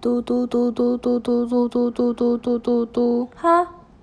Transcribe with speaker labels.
Speaker 1: 嘟嘟嘟嘟嘟嘟嘟嘟嘟嘟嘟嘟嘟，哈。